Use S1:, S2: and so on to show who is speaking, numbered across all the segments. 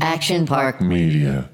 S1: Action Park
S2: Media.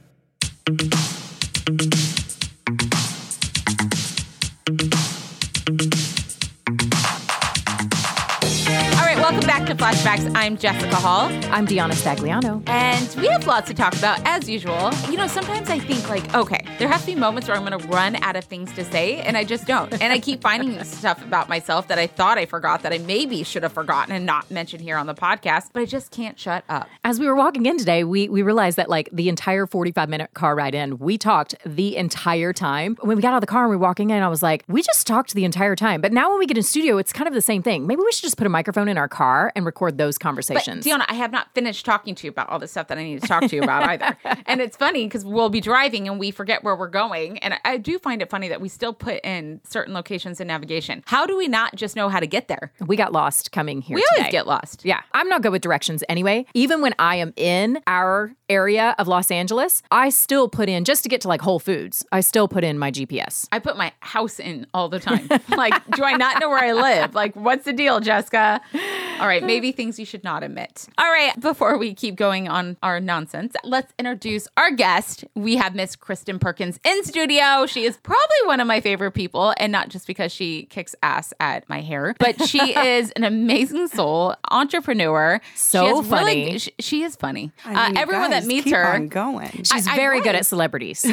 S3: All right, welcome back to Flashbacks. I'm Jessica Hall,
S4: I'm Deanna Stagliano.
S3: and we have lots to talk about as usual. You know, sometimes I think like, okay, there have to be moments where I'm going to run out of things to say, and I just don't. And I keep finding stuff about myself that I thought I forgot that I maybe should have forgotten and not mentioned here on the podcast, but I just can't shut up.
S4: As we were walking in today, we we realized that like the entire 45 minute car ride in, we talked the entire time. When we got out of the car and we were walking in, I was like, we just talked the entire time. But now when we get in studio, it's kind of the same thing. Maybe we should just put a microphone in our car and record those
S3: But
S4: conversations.
S3: Deanna, I have not finished talking to you about all the stuff that I need to talk to you about either. And it's funny because we'll be driving and we forget where we're going. And I- I do find it funny that we still put in certain locations in navigation. How do we not just know how to get there?
S4: we got lost coming here.
S3: We
S4: today.
S3: always get lost.
S4: Yeah, I'm not good with directions anyway. Even when I am in our area of Los Angeles, I still put in just to get to like Whole Foods. I still put in my GPS.
S3: I put my house in all the time. like, do I not know where I live? Like, what's the deal, Jessica? All right, maybe things you should not admit. All right, before we keep going on our nonsense, let's introduce our guest. We have Miss Kristen Perkins in studio. She is probably one of my favorite people, and not just because she kicks ass at my hair, but she is an amazing soul, entrepreneur.
S4: So
S3: She has really-
S4: funny.
S3: sh- she is funny.
S5: I mean,
S3: uh,
S5: you
S3: everyone
S5: guys
S3: that meets
S5: keep
S3: her.
S5: on going.
S4: She's
S3: I- I
S4: very good
S3: was.
S4: at celebrities.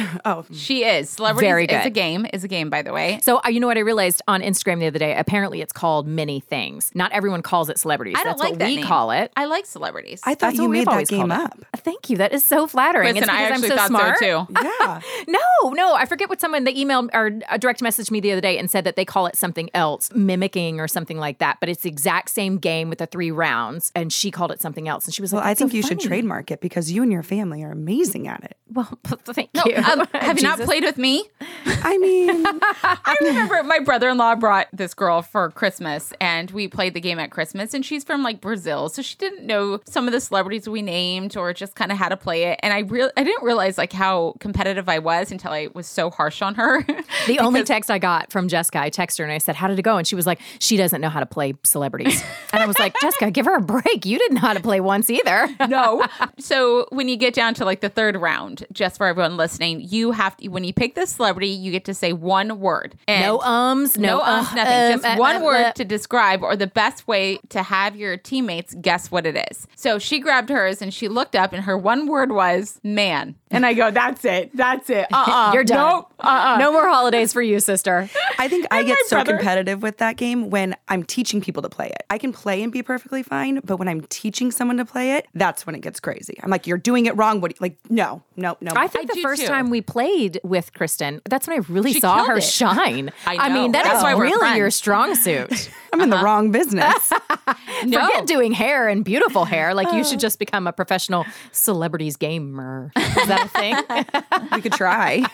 S3: She is. Celebrities
S4: Very
S3: is
S4: good.
S3: a game, is a game, by the way.
S4: So uh, you know what I realized on Instagram the other day? Apparently, it's called many things. Not everyone calls it celebrities.
S3: I don't
S4: That's
S3: like
S4: what
S3: that
S4: we
S3: name.
S4: call it.
S3: I like celebrities.
S5: I thought
S4: That's
S5: you
S4: what we've
S5: made that
S4: always
S5: game
S4: called it.
S5: up.
S4: Thank you. That is so flattering.
S3: Listen,
S4: it's
S3: I actually
S4: because am so
S3: thought
S4: smart.
S3: so too.
S5: Yeah.
S4: No, no. I forget what someone they emailed or uh, direct messaged me the other day and said that they call it something else, mimicking or something like that. But it's the exact same game with the three rounds, and she called it something else. And she was
S5: Well,
S4: like,
S5: I
S4: "That's so
S5: think you should
S4: funny."
S5: trademark it because you and your family are amazing at it.
S4: Well, thank
S3: No,
S4: you.
S3: um, have you not played with me?
S5: I mean,
S3: I remember my brother-in-law brought this girl for Christmas, and we played the game at Christmas. And she's from like Brazil, so she didn't know some of the celebrities we named, or just kind of how to play it. And I real I didn't realize like how competitive I was until I was so harsh on her.
S4: The only text I got from Jessica, I texted her and I said, How did it go? And she was like, She doesn't know how to play celebrities. and I was like, Jessica, give her a break. You didn't know how to play once either.
S3: no. So when you get down to like the third round, just for everyone listening, you have to when you pick this celebrity, you get to say one word. And
S4: No ums, no,
S3: No,
S4: uh,
S3: uh, nothing. Just
S4: um, uh,
S3: one
S4: uh,
S3: word
S4: uh.
S3: to describe, or the best way to have your teammates guess what it is. So she grabbed hers and she looked up, and her one word was "man." And I go, "That's it. That's it. Uh-uh.
S4: uh, You're done.
S3: Nope. Uh-uh.
S4: No more holidays for you, sister.
S5: I think I get
S3: my
S5: so
S3: brother.
S5: competitive with that game when I'm teaching people to play it. I can play and be perfectly fine, but when I'm teaching someone to play it, that's when it gets crazy. I'm like, you're doing it wrong. What? do you-" Like, no, no, no.
S4: I think
S3: I
S4: the
S3: do
S4: first
S3: too.
S4: time we played with Kristen, that's when I really
S3: She
S4: saw
S3: killed
S4: her
S3: it.
S4: shine.
S3: I know.
S4: mean, that is
S3: That's why we're
S4: really
S3: friends.
S4: your strong suit.
S5: I'm
S3: uh-huh.
S5: in the wrong business.
S3: No.
S4: Forget doing hair and beautiful hair. Like, you should just become a professional celebrities gamer. Is that a thing?
S5: you could try.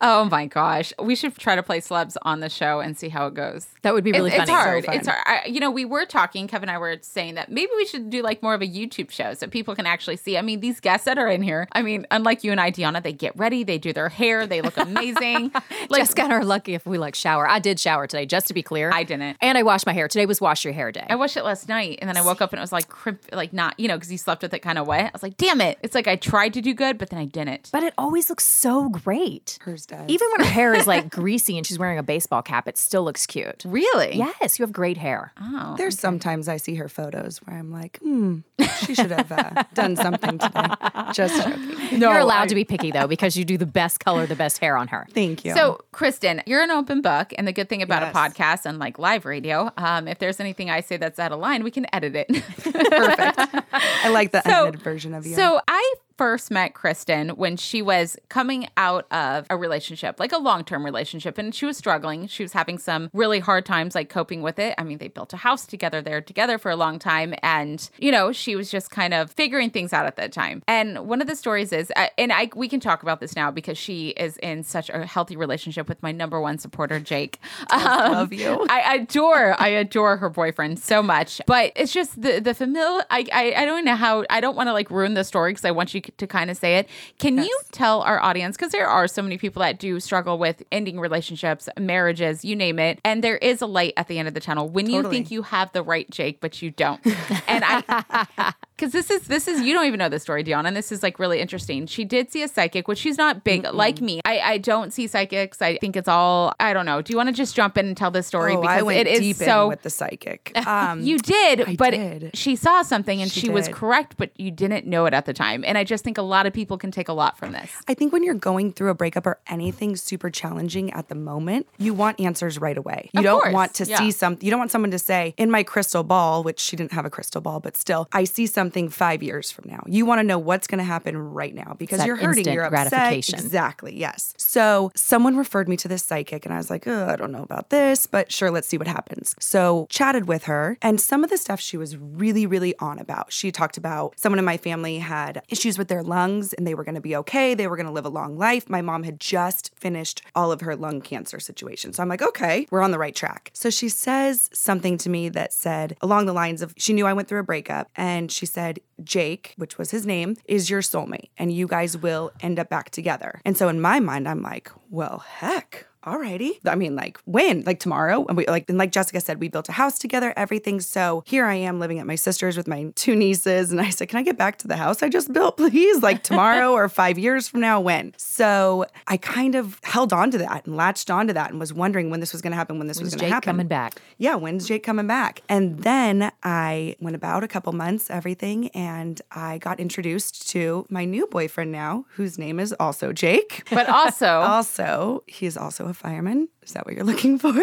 S3: Oh my gosh. We should try to play celebs on the show and see how it goes.
S4: that would be really
S3: it's,
S4: funny.
S3: It's hard.
S5: So fun.
S3: It's hard. I, you know, we were talking. Kevin and I were saying that maybe we should do like more of a YouTube show so people can actually see. I mean, these guests that are in here. I mean, unlike you and I, Deanna, they get ready, they do their hair, they look amazing. like
S4: Jessica and I are lucky if we like shower. I did shower today, just to be clear.
S3: I didn't.
S4: And I washed my hair. Today was wash your hair day.
S3: I watched it last night, and then I woke up and it was like crimp, like not, you know, because you slept with it kind of wet. I was like, damn it! It's like I tried to do good, but then I didn't.
S4: but it always looks so great.
S5: Hers does.
S4: Even when her hair is like greasy and she's wearing a baseball cap, it still looks cute.
S3: really?
S4: Yes, you have great hair.
S3: Oh.
S5: There's sometimes I see her photos where I'm like, hmm, she should have uh, done something today. Just joking.
S4: You're allowed to be picky though because you do the best color, the best hair on her.
S5: Thank you.
S3: So, Kristen, you're an open book, and the good thing about
S5: Yes.
S3: a podcast and like live radio, um, if there's anything I say that's out of line, we can edit it.
S5: perfect. I like the
S3: So-
S5: edited version of you.
S3: So I first met Kristen when she was coming out of a relationship, like a long term relationship, and she was struggling. She was having some really hard times, like coping with it. I mean, they built a house together, they were together for a long time, and you know, she was just kind of figuring things out at that time. And one of the stories is, uh, and I we can talk about this now because she is in such a healthy relationship with my number one supporter, Jake. Um,
S5: love you.
S3: I adore, I adore her boyfriend so much. But it's just the the familiar. I, I I don't know how. I don't want to like ruin the story because I want you to kind of say it. Can you tell our audience because there are so many people that do struggle with ending relationships, marriages, you name it, and there is a light at the end of the tunnel when you
S5: Totally.
S3: think you have the right Jake, but you don't. And I because this is this is you don't even know the story, Dion, and this is like really interesting. She did see a psychic, which she's not big like me. I, I don't see psychics. I think it's all I don't know. Do you want to just jump in and tell this story
S5: Oh, I
S3: because
S5: went
S3: it is
S5: deep
S3: so
S5: in with the psychic. Um,
S3: you did, but
S5: did.
S3: she saw something and she,
S5: She
S3: was
S5: did.
S3: correct, but you didn't know it at the time. And I just think a lot of people can take a lot from this.
S5: I think when you're going through a breakup or anything super challenging at the moment, you want answers right away. You
S3: Of
S5: don't
S3: course,
S5: want to
S3: yeah.
S5: see something. You don't want someone to say, "In my crystal ball," which she didn't have a crystal ball, but still, I see something five years from now. You want to know what's going to happen right now because
S4: that
S5: you're hurting,
S4: instant
S5: you're upset.
S4: gratification.
S5: Exactly. Yes. So someone referred me to this psychic, and I was like, "Ugh, I don't know about this, but sure, let's see what happens. So chatted with her, and some of the stuff she was really, really on about. She talked about someone in my family had issues with their lungs, and they were going to be okay. They were going to live a long life. My mom had just finished all of her lung cancer situation, so I'm like, okay, we're on the right track. So she says something to me that said along the lines of, she knew I went through a breakup, and she said, Jake, which was his name, is your soulmate, and you guys will end up back together. And so in my mind, I'm like, well, heck. Alrighty. I mean, like when? Like tomorrow? And we like and like Jessica said, we built a house together, everything. So here I am living at my sister's with my two nieces. And I said, Can I get back to the house I just built, please? Like tomorrow or five years from now, when? So I kind of held on to that and latched onto that and was wondering when this was gonna happen, when this was
S4: Jake
S5: gonna happen.
S4: coming back.
S5: Yeah, when's Jake coming back? And then I went about a couple months, everything, and I got introduced to my new boyfriend now, whose name is also Jake.
S3: But also,
S5: Also, he is also a fireman. Is that what you're looking for?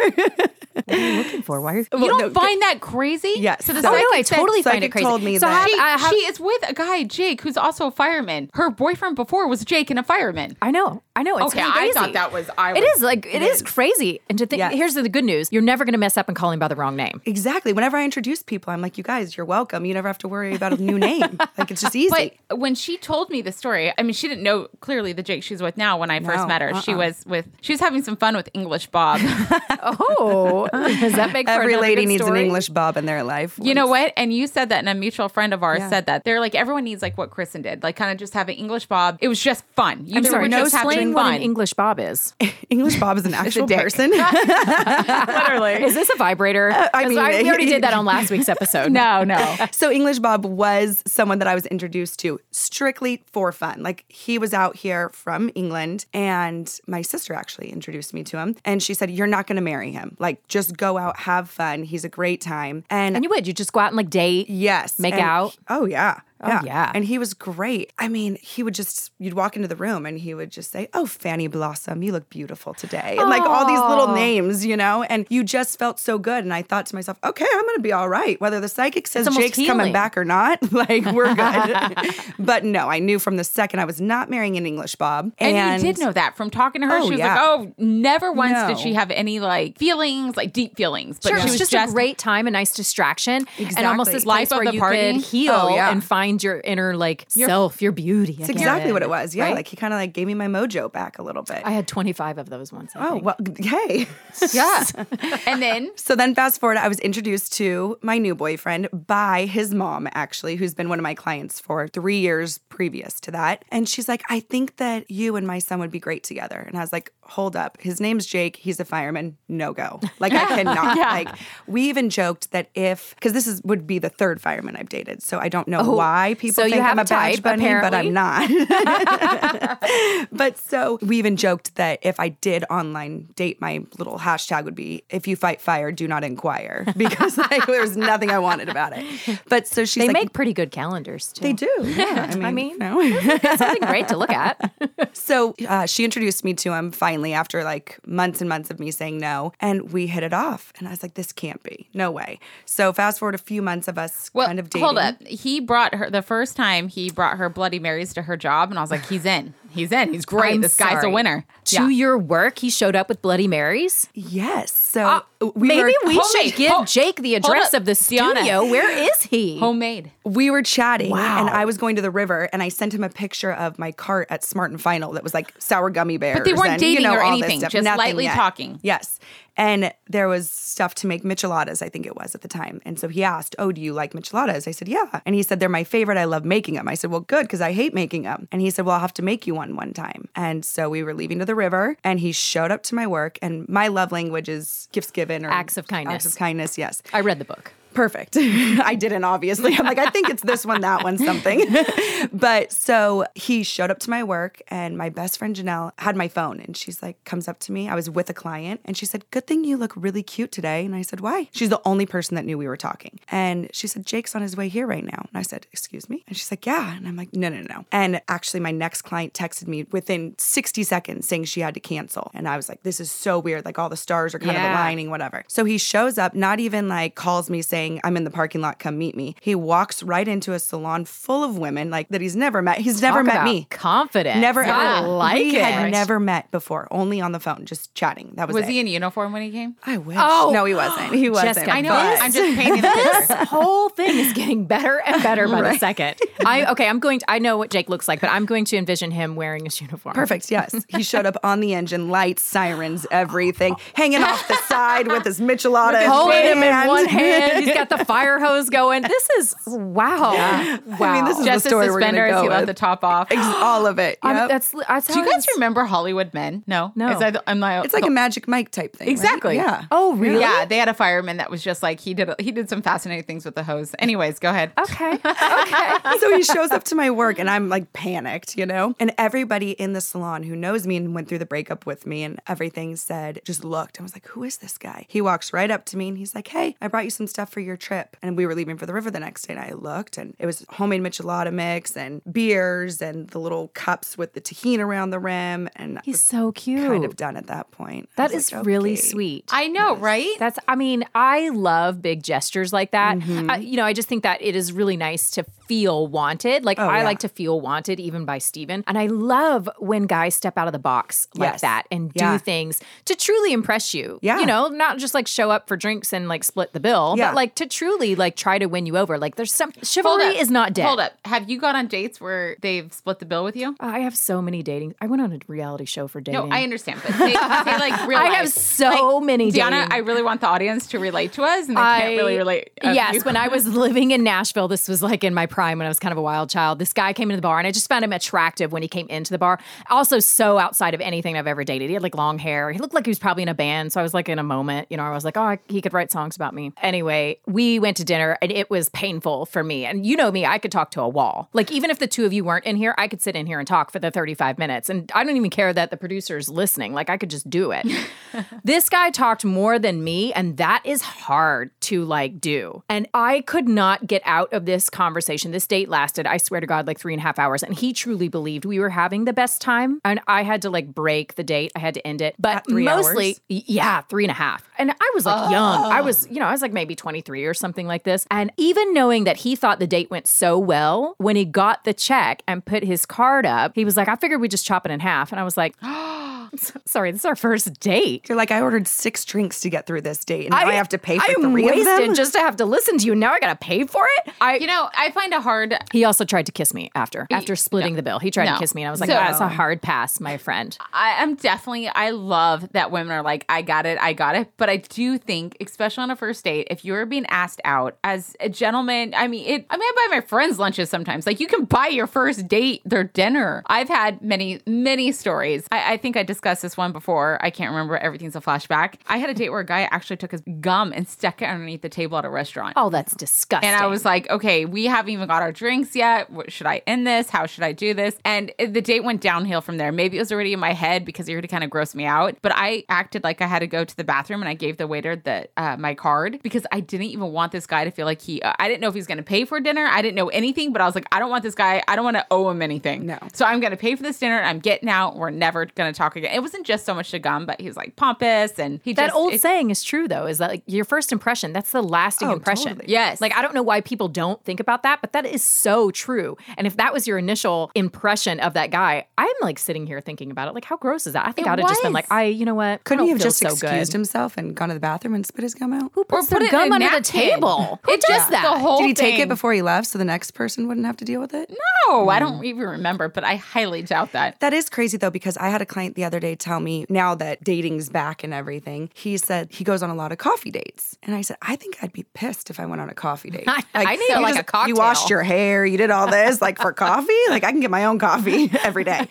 S4: Looking for why? Are you,
S3: you don't find that crazy?
S5: Yes.
S3: So the
S5: Oh, no,
S3: psychic
S4: I
S3: said-
S4: totally find
S5: psychic
S4: it crazy.
S5: told me
S4: so
S5: that.
S3: She,
S4: I have, I, have,
S3: she is with a guy, Jake, who's also a fireman. Her boyfriend before was Jake and a fireman.
S4: I know, I know. It's
S3: Okay,
S4: kinda
S3: I
S4: crazy.
S3: thought that was- I
S4: it
S3: was-
S4: is like it is. crazy. And to think,
S5: Yes.
S4: here's the good news: you're never going to mess up and call him by the wrong name.
S5: exactly. Whenever I introduce people, I'm like, you guys, you're welcome. You never have to worry about a new name. like, it's just easy.
S3: But when she told me the story, I mean, she didn't know clearly the Jake she's with now. When I first
S5: No,
S3: met her,
S4: uh-uh.
S3: she was with she was having some fun with English Bob.
S4: Oh, does that make for
S5: Every
S4: another
S5: lady
S4: good
S5: needs
S4: story?
S5: an English Bob in their life.
S3: You know what? And you said that, and a mutual friend of ours
S5: Yeah.
S3: said that. They're like, everyone needs like what Kristen did, like kind of just have an English bob. It was just fun. You
S4: I'm
S3: two
S4: sorry,
S3: were
S4: no,
S3: just having
S4: explain what
S3: fun.
S4: an English bob is.
S5: English Bob is an actual
S3: dick.
S5: person.
S3: Literally.
S4: Is this a vibrator?
S5: I
S4: So
S5: mean-
S4: we already did that on last week's episode.
S3: no, no.
S5: So English Bob was someone that I was introduced to strictly for fun. Like he was out here from England and my sister actually introduced me to him and she said you're not going to marry him. Like just go out, have fun. He's a great time. And,
S4: and you would you just go out and like date?
S5: yes,
S4: make
S5: and-
S4: out?
S5: Oh yeah.
S4: yeah.
S5: And he was great. I mean, he would just you'd walk into the room and he would just say, "Oh, Fanny Blossom, you look beautiful today." And like all these little names, you know? And you just felt so good and I thought to myself, "Okay, I'm going to be all right whether the psychic says
S4: almost
S5: Jake's coming
S4: healing.
S5: back back or not. Like we're good. but no, I knew from the second I was not marrying an English Bob.
S3: And,
S5: And,
S3: you did know that from talking to her.
S5: Oh,
S3: she was
S5: yeah.
S3: like, oh, never once
S5: No.
S3: did she have any like feelings, like deep feelings. But
S4: Sure,
S3: she
S4: it's
S3: was
S4: just, a great time, a nice distraction, and almost
S5: Exactly.
S4: this
S3: Life
S4: place
S3: of
S4: where
S3: the
S4: you
S3: party.
S4: could heal
S5: Oh, yeah.
S4: and find your inner like self, your beauty.
S5: That's exactly what it was. Yeah. Like he kind of like gave me my mojo back a little bit.
S4: I had 25 of those once. I
S5: oh,
S4: think.
S5: well, hey.
S3: yeah. and then
S5: So then, fast forward, I was introduced to my new boyfriend by his mom, actually, who's been one of my clients for three years previous to that. And she's like, I think that you and my son would be great together. And I was like, hold up. His name's Jake. He's a fireman. No go. Like, I cannot. Like, we even joked that if, because this is would be the third fireman I've dated. So I don't know why people
S4: Oh, so you
S5: think
S4: have
S5: I'm a
S4: a type,
S5: badge bunny, but
S4: apparently.
S5: I'm not. But so we even joked that if I did online date, my little hashtag would be if you fight fire, do not inquire because like there was nothing I wanted about it. But so she's
S4: they
S5: like,
S4: make pretty good calendars too.
S5: they do. Yeah. I mean, you know.
S4: something great to look at.
S5: so uh, she introduced me to him finally after like months and months of me saying no. And we hit it off. And I was like, this can't be. No way. So fast forward a few months of us
S3: Well,
S5: kind of dating.
S3: Hold up. He brought her the first time he brought her Bloody Marys to her job, and I was like, he's in. He's in. He's great.
S4: I'm
S3: this guy's a
S4: sorry.
S3: winner.
S4: To
S3: Yeah.
S4: your work, he showed up with Bloody Marys.
S5: Yes. So
S4: Maybe
S5: were-
S4: we
S3: homemade.
S4: should give
S3: Hold-
S4: Jake the
S3: hold
S4: address
S3: up,
S4: of the
S3: Deanna.
S4: studio. Where is he?
S3: Homemade.
S5: we were chatting and I was going to the river and I sent him a picture of my cart at Smart and Final that was like sour gummy bears.
S3: they weren't
S5: and, you
S3: dating
S5: know,
S3: or
S5: all this
S3: anything,
S5: stuff.
S3: just
S5: Nothing
S3: lightly
S5: yet.
S3: talking.
S5: Yes. And there was stuff to make micheladas, I think it was at the time. And so he asked, Oh, do you like micheladas? I said, Yeah. And he said, They're my favorite. I love making them. I said, Well, good, because I hate making them. And he said, Well, I'll have to make you one one time. And so we were leaving to the river and he showed up to my work. And my love language is gifts given or
S4: Acts of kindness.
S5: Acts of kindness, yes.
S4: I read the book.
S5: Perfect. I didn't, obviously. I'm like, I think it's this one, that one, something. but so he showed up to my work, and my best friend Janelle had my phone, and she's like, comes up to me. I was with a client, and she said, Good thing you look really cute today. And I said, Why? She's the only person that knew we were talking. And she said, Jake's on his way here right now. And I said, Excuse me? And she's like, Yeah. And I'm like, No, no, no. And actually, my next client texted me within 60 seconds saying she had to cancel. And I was like, This is so weird. Like, all the stars are kind of
S3: Yeah.
S5: aligning, whatever. So he shows up, not even like calls me saying, I'm in the parking lot, come meet me. He walks right into a salon full of women like that he's never met. He's never
S4: Talk
S5: met
S4: about
S5: me.
S4: Confident.
S5: Never
S4: I
S5: ever.
S4: like
S5: we
S4: it.
S5: had never met before, only on the phone, just chatting. That was,
S3: Was
S5: it.
S3: he in uniform when he came?
S5: I wish.
S4: Oh.
S5: no, he wasn't. He wasn't.
S4: Jessica,
S3: I know.
S5: but-
S3: I'm just painting the picture.
S4: this whole thing is getting better and better by the second. I okay, I'm going to I know what Jake looks like, but I'm going to envision him wearing his uniform.
S5: Perfect. Yes, he showed up on the engine, lights, sirens, everything, hanging off the side with his Michelada. in
S4: Holding
S5: one
S4: him in
S5: hand.
S4: one hand. He's got the fire hose going. This is wow. Wow.
S5: I mean, this is
S3: Just the
S5: the story we're gonna
S3: suspenders,
S5: go
S3: he left
S5: with.
S3: the top off.
S5: Ex- all of it.
S4: I mean,
S5: yep.
S4: that's that's
S3: Do
S4: how
S3: you guys
S4: it's-
S3: remember Hollywood Men? No,
S4: No.
S3: Is that, I'm like,
S5: it's like a magic Mike type thing. right?
S3: exactly.
S5: Yeah.
S4: Oh, really?
S3: Yeah, they had a fireman that was just like he did. He did some fascinating things with the hose. Anyways, go ahead.
S4: Okay. Okay.
S5: so he shows up to my work and I'm like panicked, you know? And everybody in the salon who knows me and went through the breakup with me and everything said, just looked. I was like, who is this guy? He walks right up to me and he's like, hey, I brought you some stuff for your trip. And we were leaving for the river the next day. And I looked and it was homemade michelada mix and beers and the little cups with the tahini around the rim. And I
S4: He's
S5: was
S4: so cute.
S5: kind of done at that point. I
S4: That
S5: was
S4: is
S5: like,
S4: really
S5: okay.
S4: sweet.
S3: I know, right?
S4: That's, I mean, I love big gestures like that.
S5: Mm-hmm.
S4: I, you know, I just think that it is really nice to feel wanted. Like, I
S5: Oh, yeah.
S4: like to feel wanted even by Steven. And I love when guys step out of the box like
S5: Yes.
S4: that and
S5: Yeah.
S4: do things to truly impress you.
S5: Yeah.
S4: You know, not just like show up for drinks and like split the bill,
S5: Yeah.
S4: but like to truly like try to win you over. Like, there's some
S3: Hold
S4: chivalry
S3: up.
S4: is not dead.
S3: Hold up. Have you gone on dates where they've split the bill with you?
S4: I have so many dating. I went on a reality show for dating.
S3: No, I understand, but they, they like real
S4: I
S3: life.
S4: have so many
S3: Deanna,
S4: dating-
S3: I really want the audience to relate to us, and they can't really relate. of
S4: Yes,
S3: you.
S4: when I was living in Nashville, this was like in my prime when I was kind of a wild child. This guy came into the bar and I just found him attractive when he came into the bar. Also, so outside of anything I've ever dated. He had like long hair. He looked like he was probably in a band. So I was like in a moment, you know, I was like, oh, I, he could write songs about me. Anyway, we went to dinner and it was painful for me. And you know me, I could talk to a wall. Like, even if the two of you weren't in here, I could sit in here and talk for the 35 minutes. And I don't even care that the producer's listening. Like, I could just do it. this guy talked more than me and that is hard to like do and i could not get out of this conversation this date lasted i swear to god like three and a half hours and he truly believed we were having the best time and i had to like break the date i had to end it but
S5: At three
S4: mostly
S5: hours?
S4: y- yeah three and a half and i was like young i was you know i was like maybe 23 or something like this and even knowing that he thought the date went so well when he got the check and put his card up he was like i figured we'd just chop it in half and i was like sorry this is our first date
S5: You're like, I ordered six drinks to get through this date, and now I, have to pay for
S4: I am
S5: three
S4: wasted
S5: of them.
S4: just to have to listen to you. Now I got to pay for it. I.
S3: you know, I find it hard.
S4: he also tried to kiss me after after splitting the bill. He tried
S3: No.
S4: to kiss me, and I was like,
S3: So-
S4: "That's a hard pass, my friend."
S3: I, I'm definitely, I love that women are like, I got it, I got it. But I do think, especially on a first date, if you're being asked out as a gentleman, I mean, it, I mean, I buy my friends lunches sometimes. Like, you can buy your first date their dinner. I've had many, many stories. I, I think I discussed this one before. I can't remember. Everything's a flashback. I had a date where a guy actually took his gum and stuck it underneath the table at a restaurant.
S4: Oh, that's disgusting.
S3: And I was like, okay, we haven't even got our drinks yet. What, should I end this? How should I do this? And the date went downhill from there. Maybe it was already in my head because it already kind of grossed me out. But I acted like I had to go to the bathroom and I gave the waiter the uh, my card because I didn't even want this guy to feel like he. I didn't know if he was going to pay for dinner. I didn't know anything. But I was like, I don't want this guy. I don't want to owe him anything.
S5: No.
S3: So I'm going to pay for this dinner. I'm getting out. We're never going to talk again. It wasn't just so much the gum, but he was like pompous and he
S4: that
S3: just,
S4: old
S3: it-
S4: saying is true though. Is that like your first impression? That's the lasting
S5: Oh,
S4: impression.
S5: totally.
S3: Yes.
S4: Like I don't know why people don't think about that, but that is so true. And if that was your initial impression of that guy, I'm like sitting here thinking about it. Like how gross is that? I think
S3: It
S4: I'd have just been
S3: was.
S4: like, I, you know what? I
S5: Couldn't
S4: don't
S5: he have
S4: feel
S5: just
S4: so good.
S5: excused himself and gone to the bathroom and spit his gum out?
S4: Who puts their
S3: in a
S4: gum under the
S3: napkin.
S4: table? Who
S3: It
S4: does
S3: just- the
S4: that?
S3: whole
S5: Did he take
S3: thing.
S5: it before he left so the next person wouldn't have to deal with it?
S3: Oh,
S5: Mm.
S3: No, I don't even remember, but I highly doubt that.
S5: That is crazy though, because I had a client the other day tell me now that dating's back and everything, he said he goes on a lot of coffee dates. And I said, I think I'd be pissed if I went on a coffee date.
S4: I need,
S5: you
S4: like, a
S5: You washed
S4: cocktail.
S5: your hair, you did all this, like for coffee. Like I can get my own coffee every day.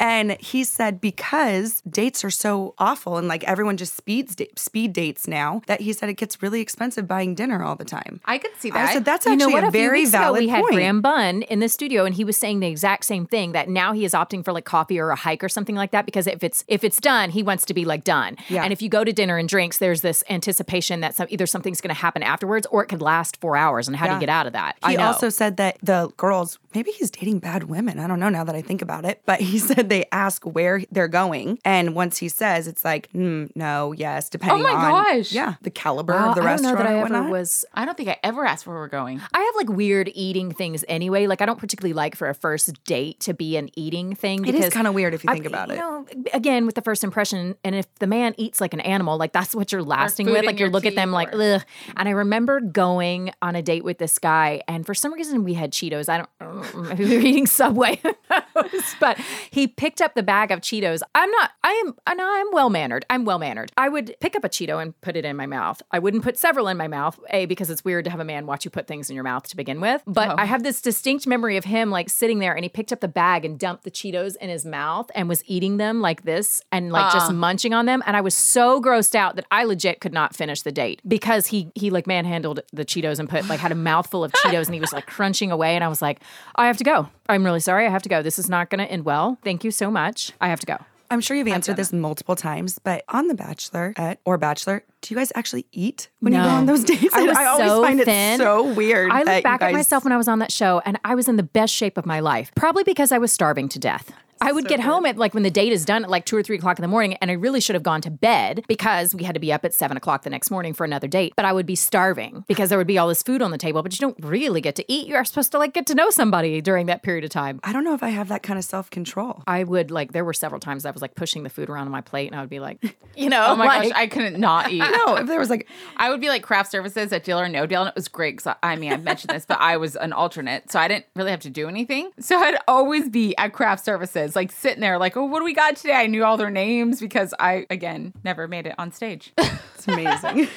S5: and he said because dates are so awful and like everyone just speeds da- speed dates now that he said it gets really expensive buying dinner all the time.
S3: I could see that.
S5: I said that's
S4: you
S5: actually
S4: know what?
S5: a
S4: few
S5: very
S4: weeks ago,
S5: valid
S4: we had
S5: point.
S4: Graham Bunn in the studio, and he was saying the exact same thing that now he is opting for like coffee or a hike or something like that because if it's if it's done, he wants to be like done.
S5: Yeah.
S4: And if you go to dinner and drinks, there's this anticipation that some, either something's going to happen afterwards or it could last four hours. And how do you
S5: Yeah.
S4: get out of that? I
S5: He
S4: know.
S5: also said that the girls, maybe he's dating bad women. I don't know now that I think about it, but he said they ask where they're going. And once he says, it's like, hmm, no, yes, depending
S3: my
S5: on
S3: gosh.
S5: yeah, the caliber
S4: Wow,
S5: of the
S4: Oh, I don't know
S5: restaurant.
S4: that I
S5: and
S4: ever
S5: whatnot.
S4: was
S3: I don't think I ever asked where we're going.
S4: I have like weird eating things anyway. Like I don't particularly like for a first date to be an eating thing.
S5: It is
S4: because
S5: kinda weird if you
S4: I-
S5: think about it.
S4: know, again with the first impression, and if the man eats like an animal, like that's what you're lasting
S3: food
S4: with.
S3: in
S4: Like you
S3: your
S4: look at them
S3: teeth
S4: like
S3: or-
S4: ugh. And I remember going on a date with this guy, and for some reason we had Cheetos. I don't. Maybe we were eating Subway, Who knows? but he picked up the bag of Cheetos. I'm not. I am. And I'm well mannered. I'm well mannered. I would pick up a Cheeto and put it in my mouth. I wouldn't put several in my mouth. A because it's weird to have a man watch you put things in your mouth to begin with.
S3: Oh.
S4: But I have this distinct memory of him like sitting there, and he picked up the bag and dumped the Cheetos in his mouth and was eating them like this and like just munching on them. And I was so grossed out that I legit could not finish the date because he he like manhandled the Cheetos and put like had a mouthful of Cheetos and he was like crunching away. And I was like, I have to go. I'm really sorry. I have to go. This is not going to end well. Thank you so much. I have to go.
S5: I'm sure you've answered this multiple times, but on The Bachelor at, or Bachelor, do you guys actually eat when you go
S4: No.
S5: on those dates?
S4: I was
S5: always
S4: so
S5: find
S4: thin.
S5: it so weird.
S4: I
S5: that
S4: look
S5: you
S4: back at
S5: guys-
S4: myself when I was on that show and I was in the best shape of my life, probably because I was starving to death. I would get home at like when the date is done at like two or three o'clock in the morning, and I really should have gone to bed because we had to be up at seven o'clock the next morning for another date. But I would be starving because there would be all this food on the table, but you don't really get to eat. You are supposed to like get to know somebody during that period of time.
S5: I don't know if I have that kind of self control.
S4: I would like there were several times I was like pushing the food around on my plate, and I would be like, you know,
S3: Oh my
S4: like,
S3: gosh, I couldn't not eat.
S4: Oh.
S5: No, if there was like,
S3: I would be like craft services at Deal or No Deal, and it was great because I mean I mentioned this, but I was an alternate, so I didn't really have to do anything. So I'd always be at craft services, like sitting there, like, oh, what do we got today? I knew all their names because I again never made it on stage.
S5: it's amazing.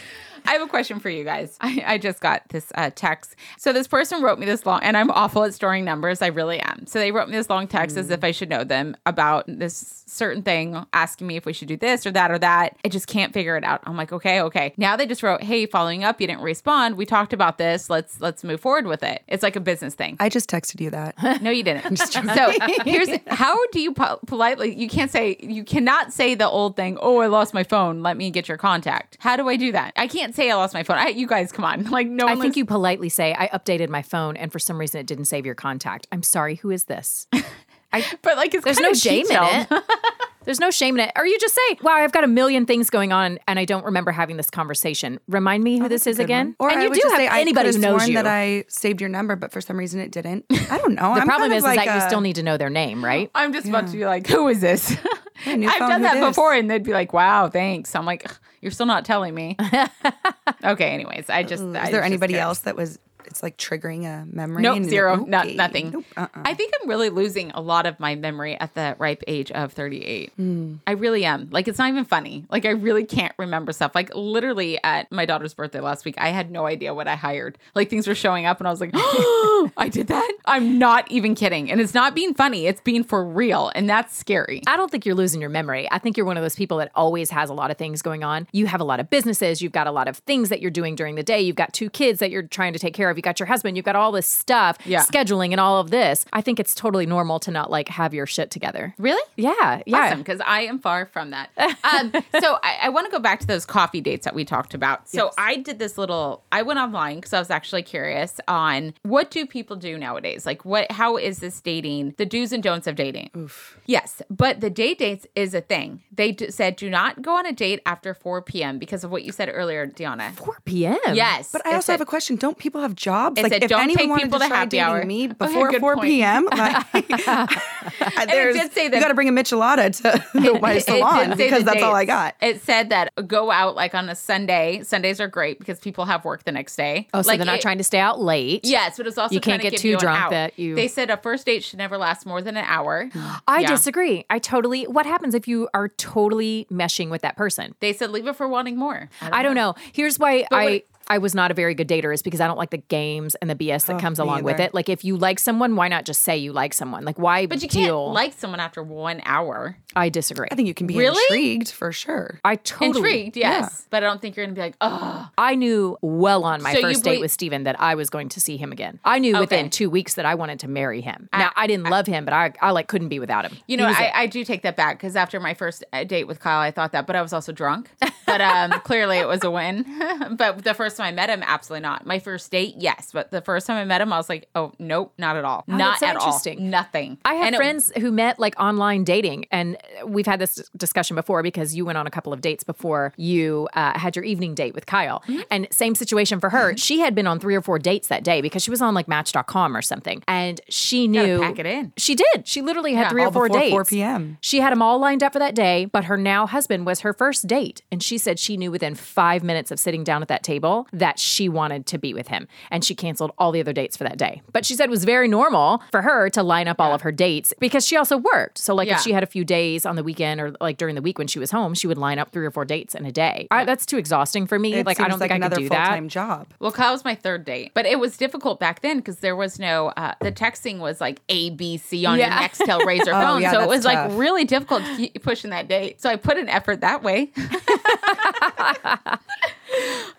S3: I have a question for you guys. I, I just got this uh, text. So this person wrote me this long, and I'm awful at storing numbers. I really am. So they wrote me this long text as if I should know them about this certain thing, asking me if we should do this or that or that. I just can't figure it out. I'm like, okay, okay. Now they just wrote, hey, following up, you didn't respond. We talked about this. Let's let's move forward with it. It's like a business thing.
S5: I just texted you that.
S3: No, you didn't. so here's how do you po- politely? You can't say you cannot say the old thing. Oh, I lost my phone. Let me get your contact. How do I do that? I can't say I lost my phone. I, you guys, come on. Like no.
S4: I
S3: One
S4: think you politely say, I updated my phone and for some reason it didn't save your contact. I'm sorry, who is this?
S3: you. But like it's
S4: There's
S3: kind
S4: no
S3: of
S4: shame in
S3: detailed.
S4: it. There's no shame in it. Or you just say, Wow, I've got a million things going on and I don't remember having this conversation. Remind
S5: Oh,
S4: me who this is again.
S5: Or
S4: and
S5: I
S4: you
S5: would
S4: do
S5: just
S4: have
S5: say, I
S4: anybody who
S5: could've
S4: knows
S5: sworn
S4: you.
S5: that I saved your number, but for some reason it didn't. I don't know.
S4: the
S5: I'm
S4: problem
S5: kind of
S4: is,
S5: like
S4: is that you
S5: a-
S4: still need to know their name, right?
S3: I'm just about to be like, who is this?
S5: new
S3: I've
S5: phone,
S3: done
S5: who
S3: that
S5: dis?
S3: before, and they'd be like, wow, thanks. I'm like, "Ugh, you're still not telling me. okay. Anyways, I just.
S4: Mm,
S5: uh, Is there anybody else that was? It's like triggering a memory.
S3: Nope,
S5: and you're
S3: zero,
S5: like,
S3: not
S5: okay,
S3: nothing.
S5: nope, uh-uh.
S3: I think I'm really losing a lot of my memory at the ripe age of 38.
S5: Hmm.
S3: I really am. Like it's not even funny. Like I really can't remember stuff. Like literally at my daughter's birthday last week, I had no idea what I hired. Like things were showing up, and I was like, I did that. I'm not even kidding, and it's not being funny. It's being for real, and that's scary.
S4: I don't think you're losing your memory. I think you're one of those people that always has a lot of things going on. You have a lot of businesses, you've got a lot of things that you're doing during the day. You've got two kids that you're trying to take care of. You got your husband, you've got all this stuff,
S3: Yeah.
S4: scheduling and all of this. I think it's totally normal to not like have your shit together.
S3: Really?
S4: Yeah, yeah.
S3: Awesome, because I am far from that. Um, so I, I want to go back to those coffee dates that we talked about. So I did this little. I went online because I was actually curious on what do people do nowadays. Like, what? How is this dating? The do's and don'ts of dating. Yes, but the date dates is a thing. They d- said do not go on a date after 4 p.m. because of what you said earlier, Deanna.
S4: 4 p.m.
S3: Yes,
S5: But I
S3: it
S5: also have
S3: said-
S5: a question. Don't people have jobs.
S3: It
S5: like
S3: said,
S5: if
S3: "Don't
S5: anyone
S3: take
S5: wanted
S3: people
S5: to
S3: to
S5: try
S3: happy
S5: dating
S3: hour."
S5: me
S3: Okay,
S5: before
S3: good
S5: 4
S3: point.
S5: p.m., like there's
S3: did say that-
S5: you got to bring a michelada to the, my
S3: It- it did
S5: salon
S3: say
S5: because
S3: the
S5: that's all I
S3: dates.
S5: got.
S3: It said that go out like on a Sunday. Sundays are great because people have work the next day.
S4: Oh, so
S3: like
S4: they're not
S3: it-
S4: trying to stay out late.
S3: Yes, but it's also
S4: You can't
S3: trying to
S4: get
S3: give
S4: too
S3: you an
S4: drunk
S3: out.
S4: that you-
S3: They said a first date should never last more than an hour.
S4: I
S3: Yeah.
S4: disagree. I totally. What happens if you are totally meshing with that person?
S3: They said leave it for wanting more. I don't
S4: I don't know. Here's why I.
S3: what-
S4: I was not a very good dater is because I don't like the games and the BS that comes
S5: me
S4: along with
S5: either.
S4: it. Like if you like someone, why not just say you like someone? Like why
S3: But you can't
S4: deal?
S3: like someone after one hour.
S4: I disagree.
S5: I think you can be
S3: Really?
S5: intrigued for sure.
S4: I totally
S3: Intrigued, yes, but I don't think you're gonna be like, oh,
S4: I knew well on my
S3: So you
S4: first
S3: belie-
S4: date with Steven that I was going to see him again. I knew
S3: Okay.
S4: within two weeks that I wanted to marry him. now I didn't love him, but I, I like couldn't be without him.
S3: you know, I, I do take that back because after my first uh, date with Kyle, I thought that, but I was also drunk. But um, clearly, it was a win. but the first time I met him, absolutely not. My first date, yes, but the first time I met him, I was like, oh, nope, not at all, not
S4: that's so
S3: at all,
S4: interesting.
S3: nothing.
S4: I have
S3: And it-
S4: friends who met like online dating, and we've had this discussion before because you went on a couple of dates before you uh, had your evening date with Kyle.
S3: Mm-hmm.
S4: And same situation for her. She had been on three or four dates that day because she was on like Match.com or something, and she knew
S3: pack it in.
S4: She did. She literally had three
S5: all
S4: or four
S5: before
S4: dates.
S5: 4 p.m..
S4: She had them all lined up for that day, but her now husband was her first date, and she said she knew within five minutes of sitting down at that table that she wanted to be with him, and she canceled all the other dates for that day. But she said it was very normal for her to line up all of her dates because she also worked. So like
S3: Yeah.
S4: if she had a few days on the weekend or like during the week when she was home, she would line up three or four dates in a day. I, that's too exhausting for me.
S5: It
S4: like I
S5: seems
S4: don't
S5: like
S4: think I
S5: another
S4: could do that.
S5: full-time job.
S3: Well, Kyle was my third date, but it was difficult back then because there was no uh, the texting was like A B C on
S4: Yeah.
S3: your Nextel Razor phone,
S5: Oh, yeah,
S3: so it
S5: that's
S3: was
S5: tough.
S3: like really difficult to keep pushing that date. So I put an effort that way.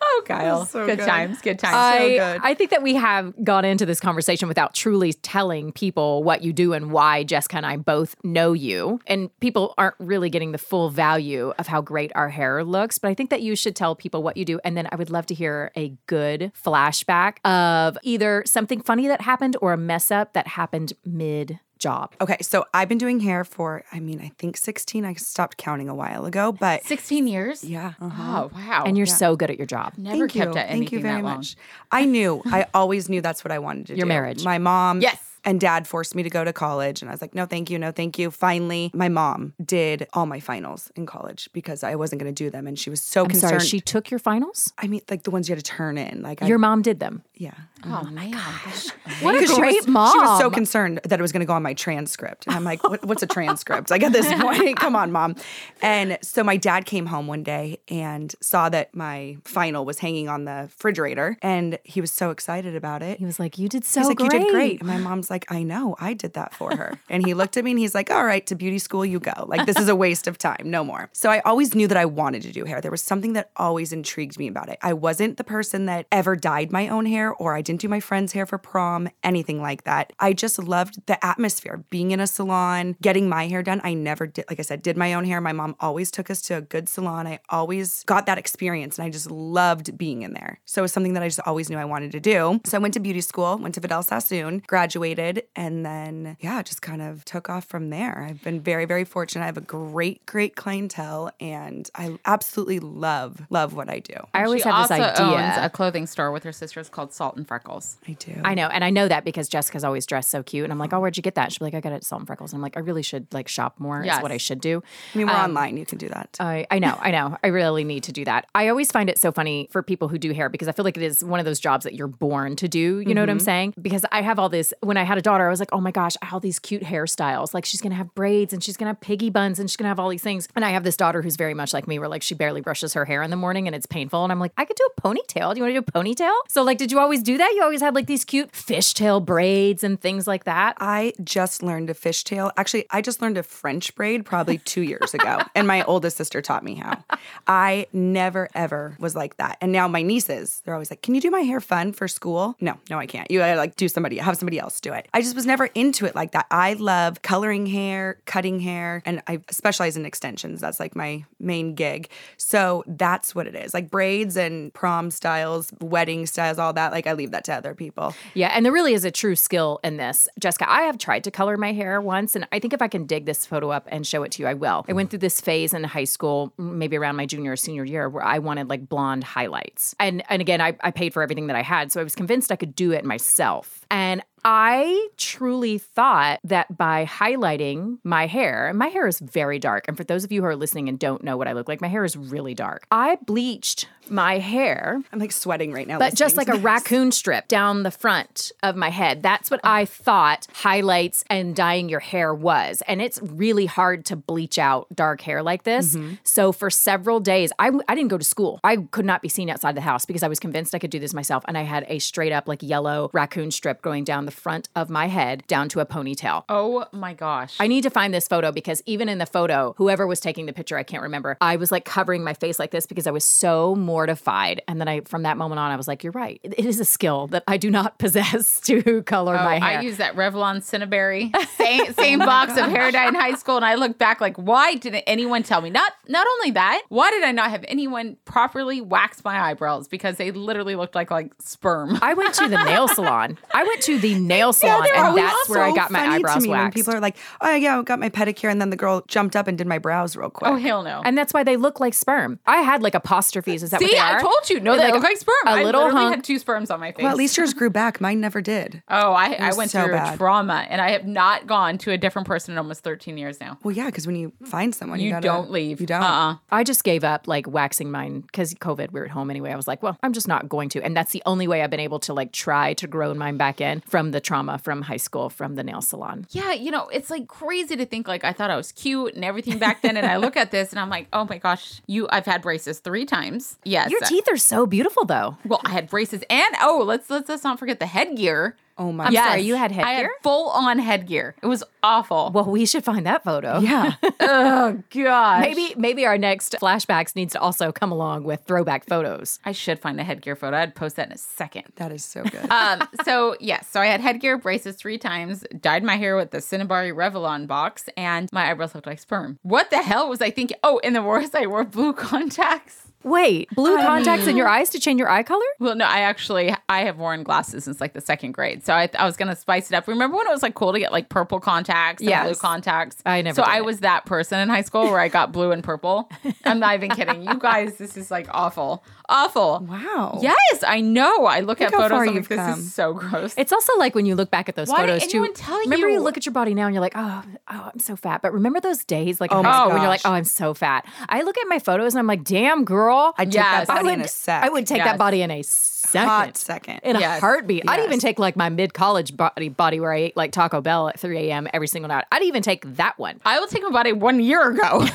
S3: oh, Kyle,
S5: so
S3: good,
S5: good.
S3: times, good times.
S4: I,
S5: good.
S4: I think that we have gone into this conversation without truly telling people what you do and why Jessica and I both know you. And people aren't really getting the full value of how great our hair looks. But I think that you should tell people what you do. And then I would love to hear a good flashback of either something funny that happened or a mess up that happened mid job.
S5: Okay, so I've been doing hair for, I mean, I think 16. I stopped counting a while ago, but
S3: Sixteen years.
S5: yeah. uh-huh.
S3: Oh wow.
S4: And you're so good at your job.
S3: never kept at anything
S5: Thank you very
S3: that long.
S5: much. I knew. I always knew that's what I wanted to do.
S4: Your marriage.
S5: My mom.
S3: Yes.
S5: And dad forced me to go to college. And I was like, no, thank you. No, thank you. Finally, my mom did all my finals in college because I wasn't going to do them. And she was so
S4: I'm
S5: concerned.
S4: sorry, she took your finals?
S5: I mean, like the ones you had to turn in. Like, I,
S4: Your mom did them.
S5: yeah.
S3: Oh, my gosh.
S4: What a
S5: Because
S4: great
S5: she was,
S4: mom.
S5: She was so concerned that it was going to go on my transcript. And I'm like, what, what's a transcript? Like at this point, come on, mom. And so my dad came home one day and saw that my final was hanging on the refrigerator. And he was so excited about it.
S4: He was like, You did so
S5: He's like,
S4: great.
S5: you did great. And my mom's like, I know, I did that for her. and he looked at me and he's like, all right, to beauty school you go. Like, this is a waste of time. No more. So I always knew that I wanted to do hair. There was something that always intrigued me about it. I wasn't the person that ever dyed my own hair or I didn't do my friend's hair for prom, anything like that. I just loved the atmosphere, being in a salon, getting my hair done. I never did, like I said, did my own hair. My mom always took us to a good salon. I always got that experience and I just loved being in there. So it was something that I just always knew I wanted to do. So I went to beauty school, went to Vidal Sassoon, graduated, and then, yeah, just kind of took off from there. I've been very, very fortunate. I have a great, great clientele and I absolutely love, love what I do.
S4: I always
S3: She
S4: have
S3: also
S4: this idea.
S3: owns a clothing store with her sisters called Salt and Freckles.
S5: I do.
S4: I know, and I know that because Jessica's always dressed so cute, and I'm like, "Oh, where'd you get that?" She's like, "I got it at Salt and Freckles." And I'm like, "I really should like shop more. Is
S3: Yes.
S4: what I should do."
S5: I mean, we're online. You can do that.
S4: I, I know, I know. I really need to do that. I always find it so funny for people who do hair because I feel like it is one of those jobs that you're born to do. You know what I'm saying? Because I have all this. When I had a daughter, I was like, oh my gosh, all these cute hairstyles. Like she's gonna have braids and she's gonna have piggy buns and she's gonna have all these things. And I have this daughter who's very much like me, where like she barely brushes her hair in the morning and it's painful. And I'm like, I could do a ponytail. Do you want to do a ponytail? So like, did you always do that? You always had like these cute fishtail braids and things like that.
S5: I just learned a fishtail. Actually, I just learned a French braid probably two years ago, and my oldest sister taught me how. I never ever was like that, and now my nieces they're always like, "Can you do my hair fun for school?" No, no, I can't. You gotta like do somebody, have somebody else do it. I just was never into it like that. I love coloring hair, cutting hair, and I specialize in extensions. That's like my main gig. So that's what it is, like braids and prom styles, wedding styles, all that. Like I leave that that to other people.
S4: Yeah, and there really is a true skill in this. Jessica, I have tried to color my hair once, and I think if I can dig this photo up and show it to you, I will. I went through this phase in high school, maybe around my junior or senior year, where I wanted like blonde highlights. And and again, I, I paid for everything that I had. So I was convinced I could do it myself. And I truly thought that by highlighting my hair, and my hair is very dark. And for those of you who are listening and don't know what I look like, my hair is really dark. I bleached my hair
S5: I'm like sweating right now.
S4: but just
S5: listening
S4: like
S5: to
S4: a
S5: this.
S4: raccoon strip down the front of my head. That's what I thought highlights and dyeing your hair was. And it's really hard to bleach out dark hair like this. So for several days, I, I didn't go to school. I could not be seen outside the house because I was convinced I could do this myself. And I had a straight up like yellow raccoon strip going down the front of my head down to a ponytail.
S3: Oh my gosh.
S4: I need to find this photo because even in the photo, whoever was taking the picture, I can't remember. I was like covering my face like this because I was so mortified. And then I, from that moment on, I was like, "You're right. It it is a skill that I do not possess to color
S3: Oh,
S4: my hair."
S3: I used that Revlon Cinnaberry same, same box of hair dye in high school, and I look back like, why didn't anyone tell me? Not not only that, why did I not have anyone properly wax my eyebrows because they literally looked like like sperm.
S4: I went to the nail salon. I went to the nail salon,
S5: they're
S4: and
S5: always
S4: that's where I
S5: so
S4: got my
S5: funny to
S4: eyebrows
S5: me when
S4: waxed.
S5: People are like, "Oh yeah, I got my pedicure," and then the girl jumped up and did my brows real quick.
S3: oh hell no!
S4: and that's why they look like sperm. I had like apostrophes. Is that what
S3: See,
S4: they are?
S3: I told you, no, they
S4: Like
S3: look like sperm.
S4: a
S3: I
S4: little
S3: literally
S4: hunk.
S3: had two sperms on my face.
S5: well, at least yours grew back. Mine never did.
S3: oh, I, I
S5: was
S3: went
S5: so
S3: through
S5: bad.
S3: a trauma, and I have not gone to a different person in almost 13 years now.
S5: Well, yeah, because when you find someone, you,
S3: You
S5: gotta-
S3: don't leave.
S5: You don't.
S3: Uh-uh.
S4: I just gave up like waxing mine because COVID, we were at home anyway. I was like, well, I'm just not going to. And that's the only way I've been able to like try to grow mine back in from the trauma from high school, from the nail salon.
S3: Yeah, you know, it's like crazy to think like I thought I was cute and everything back then, and I look at this and I'm like, oh my gosh, you! I've had braces three times. Yes,
S4: Your
S3: I-
S4: teeth are so beautiful though.
S3: Well, I had braces and oh, let's let's let's not forget the headgear.
S5: Oh my.
S4: I'm sorry, you had
S3: I had
S4: headgear?
S3: full on headgear. It was awful.
S4: Well, we should find that photo.
S5: Yeah.
S3: oh god.
S4: Maybe maybe our next flashbacks needs to also come along with throwback photos.
S3: I should find a headgear photo. I'd post that in a second.
S5: that is
S4: Uh,
S5: so good.
S3: Um, so yes, so I had headgear, braces three times, dyed my hair with the Cinnabari Revlon box, and my eyebrows looked like sperm. What the hell was I thinking? Oh, and the worst, I wore blue contacts.
S4: Wait, blue contacts in your eyes to change your eye color?
S3: Well, no, I actually I have worn glasses since like the second grade, so I, I was gonna spice it up. Remember when it was like cool to get like purple contacts, and
S4: Yes.
S3: blue contacts?
S4: I never
S3: So
S4: did
S3: I
S4: it.
S3: was that person in high school where I got blue and purple. I'm not even kidding. You guys, this is like awful, awful.
S5: wow.
S3: Yes, I know. I look, at
S5: how
S3: photos.
S5: far
S3: I'm like,
S5: you've
S3: this
S5: come.
S3: is so gross.
S4: It's also like when you look back at those
S3: Why did
S4: photos too.
S3: anyone tell
S4: Remember you
S3: you?
S4: look at your body now and you're like, oh, oh, I'm so fat. But remember those days like in
S5: Oh my
S4: high school when you're like,
S5: gosh.
S4: oh, I'm so fat. I look at my photos and I'm like, damn girl.
S5: I'd take
S3: Yes.
S5: that
S3: I
S5: body
S4: would,
S5: in a sec.
S4: I would take that
S3: Yes.
S4: body in a second.
S5: Hot second.
S4: In a
S3: Yes.
S4: heartbeat. I'd even
S5: Yes.
S4: take like my mid college body body where I ate like Taco Bell at 3 a.m. every single night. I'd even take that one.
S3: I will take my body one year ago.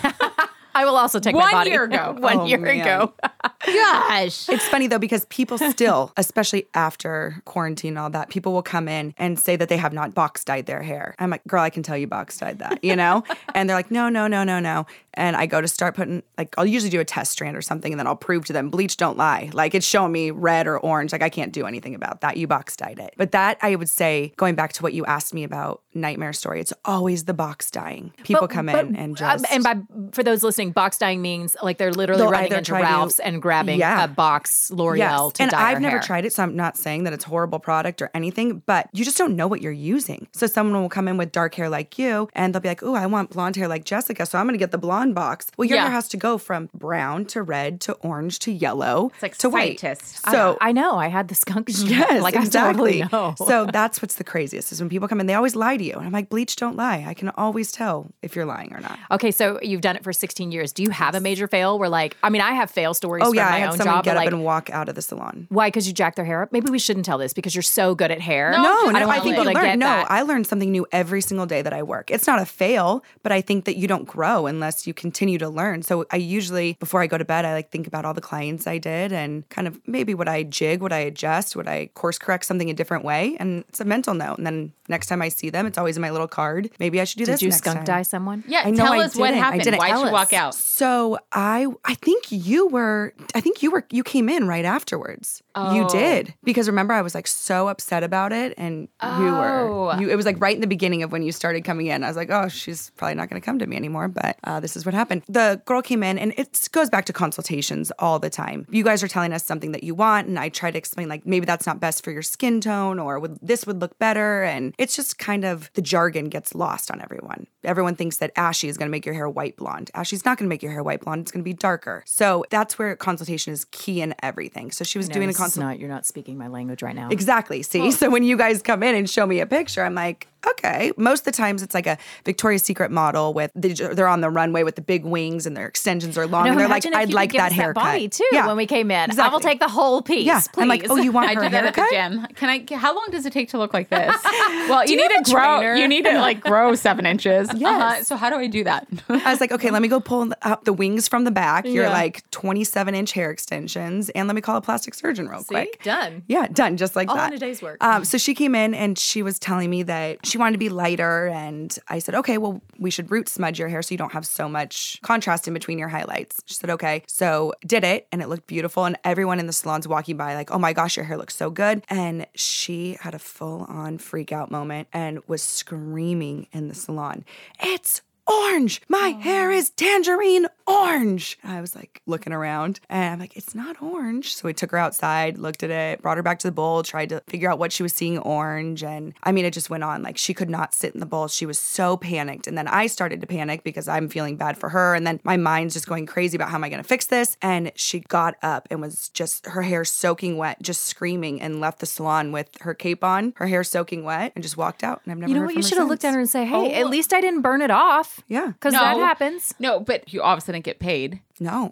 S4: I will also take my
S3: One
S4: body
S3: year ago.
S4: one
S5: Oh,
S4: year
S5: man.
S4: ago.
S3: Gosh.
S5: It's funny though because people still, especially after quarantine and all that, people will come in and say that they have not box dyed their hair. I'm like, girl, I can tell you box dyed that, you know? and they're like, no, no, no, no, no. And I go to start putting, like, I'll usually do a test strand or something, and then I'll prove to them, bleach don't lie. Like it's showing me red or orange. Like I can't do anything about that. You box dyed it. But that I would say, going back to what you asked me about nightmare story, it's always the box dyeing. People come in and
S4: Uh,
S5: just
S4: and by for those listening, box dyeing means like they're literally
S5: They'll
S4: running
S5: either
S4: into
S5: try to-
S4: Ralph's and grabbing
S5: Yeah.
S4: a box L'Oreal to
S5: and
S4: dye
S5: I've
S4: our
S5: never
S4: hair.
S5: tried it, so I'm not saying that it's horrible product or anything, but you just don't know what you're using. So someone will come in with dark hair like you, and they'll be like, "Oh, I want blonde hair like Jessica, so I'm going to get the blonde box." Well, your
S3: Yeah.
S5: hair has to go from brown to red to orange to yellow it's
S3: like
S5: to white.
S3: scientist.
S5: So
S4: Uh, I know. I had the skunk.
S5: Yes,
S4: like
S5: exactly.
S4: I totally know.
S5: so that's what's the craziest is when people come in, they always lie to you, and I'm like, bleach don't lie. I can always tell if you're lying or not.
S4: Okay, so you've done it for 16 years. Do you have a major fail where, like, I mean, I have fail stories
S5: Oh
S4: from
S5: yeah,
S4: my
S5: I had
S4: own
S5: someone
S4: job,
S5: get
S4: but
S5: up
S4: like,
S5: and walk out of the salon.
S4: why? Because you jacked their hair up? Maybe we shouldn't tell this because you're so good at hair.
S3: No, I
S5: No, no,
S3: don't
S5: I
S3: want
S5: think you
S4: people
S5: learn.
S4: to get
S5: no,
S4: that.
S5: I learn something new every single day that I work. It's not a fail, but I think that you don't grow unless you continue to learn. So I usually, before I go to bed, I like think about all the clients I did and kind of maybe would I jig, would I adjust, would I course correct something a different way? And it's a mental note. And then next time I see them, it's always in my little card. Maybe I should do
S4: Did
S5: this.
S4: you
S5: next
S4: skunk
S5: time.
S4: dye someone?
S3: Yeah,
S5: I know
S3: tell
S5: I
S3: us what
S5: didn't. I
S3: happened.
S5: didn't
S3: Why'd
S4: tell
S3: you
S4: us.
S3: walk out?
S5: So I I think you were I think you were you came in right afterwards. You
S3: Oh.
S5: did because remember I was like so upset about it, and you
S3: Oh.
S5: were you. It was like right in the beginning of when you started coming in. I was like, oh, she's probably not going to come to me anymore. But uh, this is what happened. The girl came in, and it goes back to consultations all the time. You guys are telling us something that you want, and I try to explain like maybe that's not best for your skin tone, or would, this would look better, and it's just kind of the jargon gets lost on everyone. Everyone thinks that ashy is going to make your hair white blonde. Ashy's not going to make your hair white blonde. It's going to be darker. So that's where consultation is key in everything. So she was
S4: No,
S5: doing a
S4: this is
S5: consultation.
S4: not- You're not speaking my language right now.
S5: Exactly. See, so when you guys come in and show me a picture, I'm like, okay. Most of the times, it's like a Victoria's Secret model with they- they're on the runway with the big wings and their extensions are long.
S4: No,
S5: and they're like,
S4: imagine if you
S5: I'd
S4: could
S5: like
S4: give
S5: that
S4: us
S5: haircut.
S4: body too.
S5: Yeah.
S4: When we came in, I will
S5: Exactly.
S4: take the whole piece.
S5: Yeah.
S4: please.
S5: I'm like, oh, you want
S3: I
S5: her
S3: do that at the
S5: haircut?
S3: gym. Can I? How long does it take to look like this? well, you, need
S4: have
S3: to
S4: a
S3: grow.
S4: trainer?
S3: You need to like grow seven inches.
S5: Yes.
S3: Uh-huh. So how do I do that?
S5: I was like, okay, let me go pull out the wings from the back. You're
S3: Yeah.
S5: like 27 inch hair extensions, and let me call a plastic surgeon real
S4: See,
S5: quick.
S4: done.
S5: Yeah, done, just like
S4: All
S5: that.
S4: in a day's work.
S5: Um, so she came in and she was telling me that she wanted to be lighter, and I said, okay, well, we should root smudge your hair so you don't have so much contrast in between your highlights. She said, okay. So did it, and it looked beautiful, and everyone in the salon's walking by like, oh my gosh, your hair looks so good, and she had a full on freak out moment and was screaming in the salon. It's orange. My hair is tangerine orange. And I was like looking around and I'm like, it's not orange. So we took her outside, looked at it, brought her back to the bowl, tried to figure out what she was seeing orange. And I mean, it just went on. Like she could not sit in the bowl. She was so panicked. And then I started to panic because I'm feeling bad for her. And then my mind's just going crazy about how am I going to fix this? And she got up and was just her hair soaking wet, just screaming and left the salon with her cape on, her hair soaking wet, and just walked out. And I've never
S4: You know
S5: heard
S4: what?
S5: from
S4: You
S5: her
S4: should have looked
S5: since.
S4: at her and say, "Hey, at least I didn't burn it off."
S5: Yeah.
S4: because
S3: No.
S4: that happens.
S3: no, but you obviously didn't get paid.
S5: No.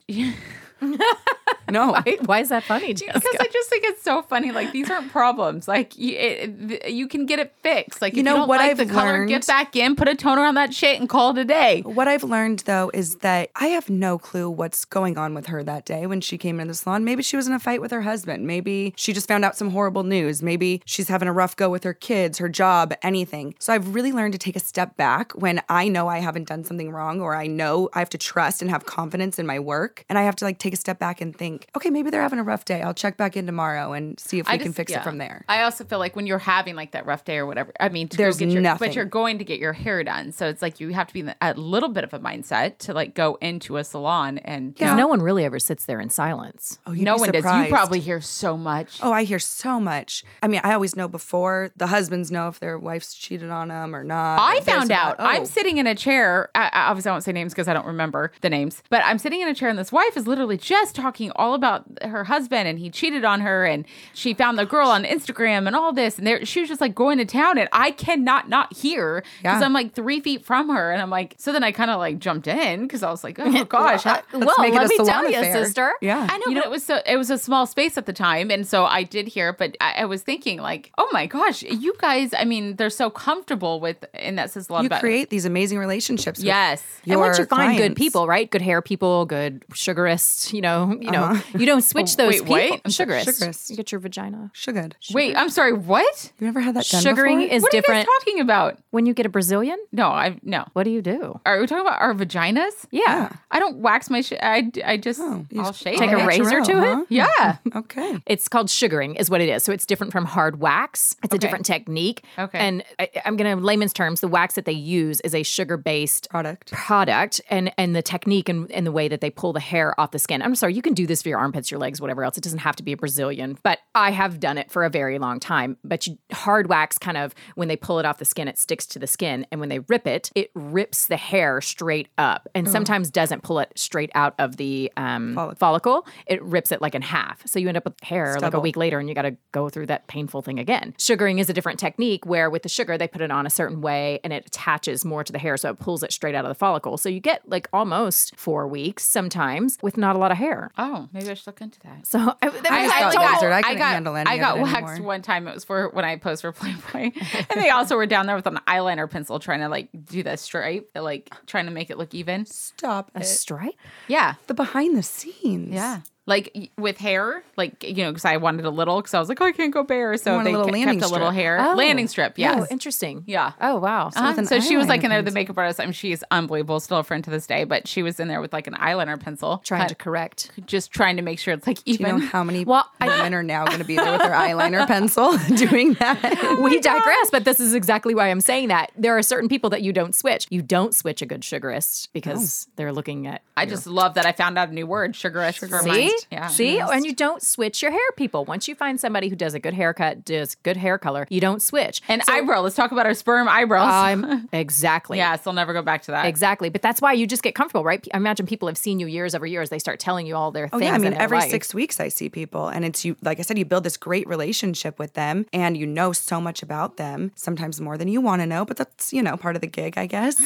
S5: no.
S4: Why is that funny? Jessica?
S3: Because I just think it's so funny. Like these aren't problems. Like you, it, th- you can get it fixed. Like
S5: You
S3: if
S5: know
S3: you don't
S5: what
S3: like
S5: I've
S3: the color,
S5: learned?
S3: get back in, put a toner on that shit, and call it a day.
S5: What I've learned though is that I have no clue what's going on with her that day when she came into the salon. Maybe she was in a fight with her husband. Maybe she just found out some horrible news. Maybe she's having a rough go with her kids, her job, anything. So I've really learned to take a step back when I know I haven't done something wrong or I know I have to trust and have confidence in my work. And I have to like take a step back and think, okay, maybe they're having a rough day. I'll check back in tomorrow and see if we
S3: I
S5: can
S3: just-
S5: fix
S3: yeah.
S5: it from there.
S3: I also feel like when you're having like that rough day or whatever, I mean, to go
S5: There's
S3: get your,
S5: nothing.
S3: But you're going to get your hair done, so it's like you have to be in a little bit of a mindset to like go into a salon and
S4: Because no one really ever sits there in silence.
S5: Oh, you'd
S3: no
S5: be
S3: one does.
S5: surprised.
S3: You probably hear so much.
S5: Oh, I hear so much. I mean, I always know before the husbands know if their wife's cheated on them or not.
S3: I
S5: If there's
S3: found
S5: a-
S3: out.
S5: oh.
S3: I'm sitting in a chair. I, I obviously I won't say names because I don't remember the names. But I'm sitting in a chair, and this wife is literally just talking all about her husband, and he cheated on her, and she found the girl on Instagram, and all this, and there, she was just like going to town, and I cannot not hear because
S5: Yeah.
S3: I'm like three feet from her, and I'm like. So then I kind of like jumped in because I was like, oh gosh, I,
S5: Let's
S4: well,
S5: make it
S4: let
S5: a
S4: me
S5: salon
S4: tell you,
S5: affair.
S4: sister.
S5: Yeah.
S3: I know, but it was so it was a small space at the time, and so I did hear. it, But I, I was thinking, like, oh my gosh, you guys. I mean, they're so comfortable with, and that says a lot
S5: You
S3: about
S5: create these amazing relationships. with
S3: Yes.
S5: your
S4: and once you find good
S5: clients.
S4: people, right? Good hair people, good sugarists. You know, you know, you don't switch
S3: Uh-huh.
S4: those
S3: Wait,
S4: people.
S3: what? I'm sorry,
S4: Sugarists.
S5: sugarist.
S4: You get your vagina.
S5: Sugared.
S3: Wait, I'm sorry. What?
S5: You never had that done
S4: Sugaring
S5: before?
S4: is
S3: what are you
S4: different.
S3: guys talking about?
S4: when you get a Brazilian,
S3: No, I no.
S4: what do you do?
S3: Are we talking about our vaginas?
S4: Yeah.
S3: I don't wax my shit. I, I just
S5: Oh, you
S3: I'll
S5: just
S3: shave.
S4: Take
S3: it.
S4: a
S5: natural,
S4: razor to
S5: huh?
S4: it.
S3: Yeah.
S5: Okay.
S4: It's called sugaring, is what it is. So it's different from hard wax. It's a different technique.
S3: Okay.
S4: And I, I'm going to layman's terms. The wax that they use is a sugar based
S5: Product.
S4: product and and the technique and, and the way that they pull the hair off the skin. I'm sorry, you can do this for your armpits, your legs, whatever else. It doesn't have to be a Brazilian, but I have done it for a very long time. But you, hard wax kind of when they pull it off the skin, it sticks to the skin, and when they rip it, it rips the hair straight up, and sometimes doesn't pull it straight out of the um, follicle. It rips it like in half, so you end up with hair like a week later, and you got to go through that painful thing again. Sugaring is a different technique where with the sugar they put it on a certain way, and it attaches more to the hair, so it pulls it straight out of the follicle. So you get like almost four weeks sometimes with not a lot of hair.
S3: Oh, maybe I should look into that.
S4: So I, that
S5: I
S4: was-
S5: just
S4: I
S5: got
S4: told-
S5: lasered. I couldn't
S3: got,
S5: handle any
S3: I
S5: of
S3: got
S5: it
S3: waxed
S5: anymore.
S3: one time. It was for when I posed for Playboy, and they also were down there with an eyeliner pencil trying to like do the stripe, like trying to make it look even.
S5: Stop
S4: a
S5: it.
S4: stripe.
S3: Yeah,
S5: The behind the scenes.
S3: yeah. like y- with hair, like you know, because I wanted a little, because I was like, oh, I can't go bare, so
S5: want a
S3: they
S5: little
S3: ke- kept
S5: landing
S3: a little
S5: strip.
S3: hair
S4: Oh.
S3: landing strip. Yes,
S4: Oh, interesting.
S3: Yeah.
S4: Oh, wow.
S3: Uh-huh.
S5: with an
S3: So she was like
S5: eyeliner
S3: in there, the makeup artist. I mean, she is unbelievable, still a friend to this day, but she was in there with like an eyeliner pencil,
S4: Trying
S3: cut-
S4: to correct.
S3: just trying to make sure it's like
S5: You know
S3: even.
S5: how many
S4: Well, I-
S5: women are now going to be there with their eyeliner pencil doing that?
S4: we digress, but this is exactly why I'm saying that. There are certain people that you don't switch. You don't switch a good sugarist because they're looking at.
S3: I just love that I found out a new word, sugarist. for mine.
S4: See?
S3: Yeah.
S4: See? And you don't switch your hair, people. Once you find somebody who does a good haircut, does good hair color, you don't switch.
S3: And eyebrow. Let's talk about our sperm eyebrows.
S4: I'm exactly.
S3: yes, I'll never go back to that.
S4: Exactly. But that's why you just get comfortable, right? I imagine people have seen you years over years. They start telling you all their
S5: Oh
S4: things.
S5: yeah, I mean
S4: in their
S5: every
S4: life.
S5: six weeks I see people, and it's you. Like I said, you build this great relationship with them, and you know so much about them. Sometimes more than you want to know, but that's you know part of the gig, I guess.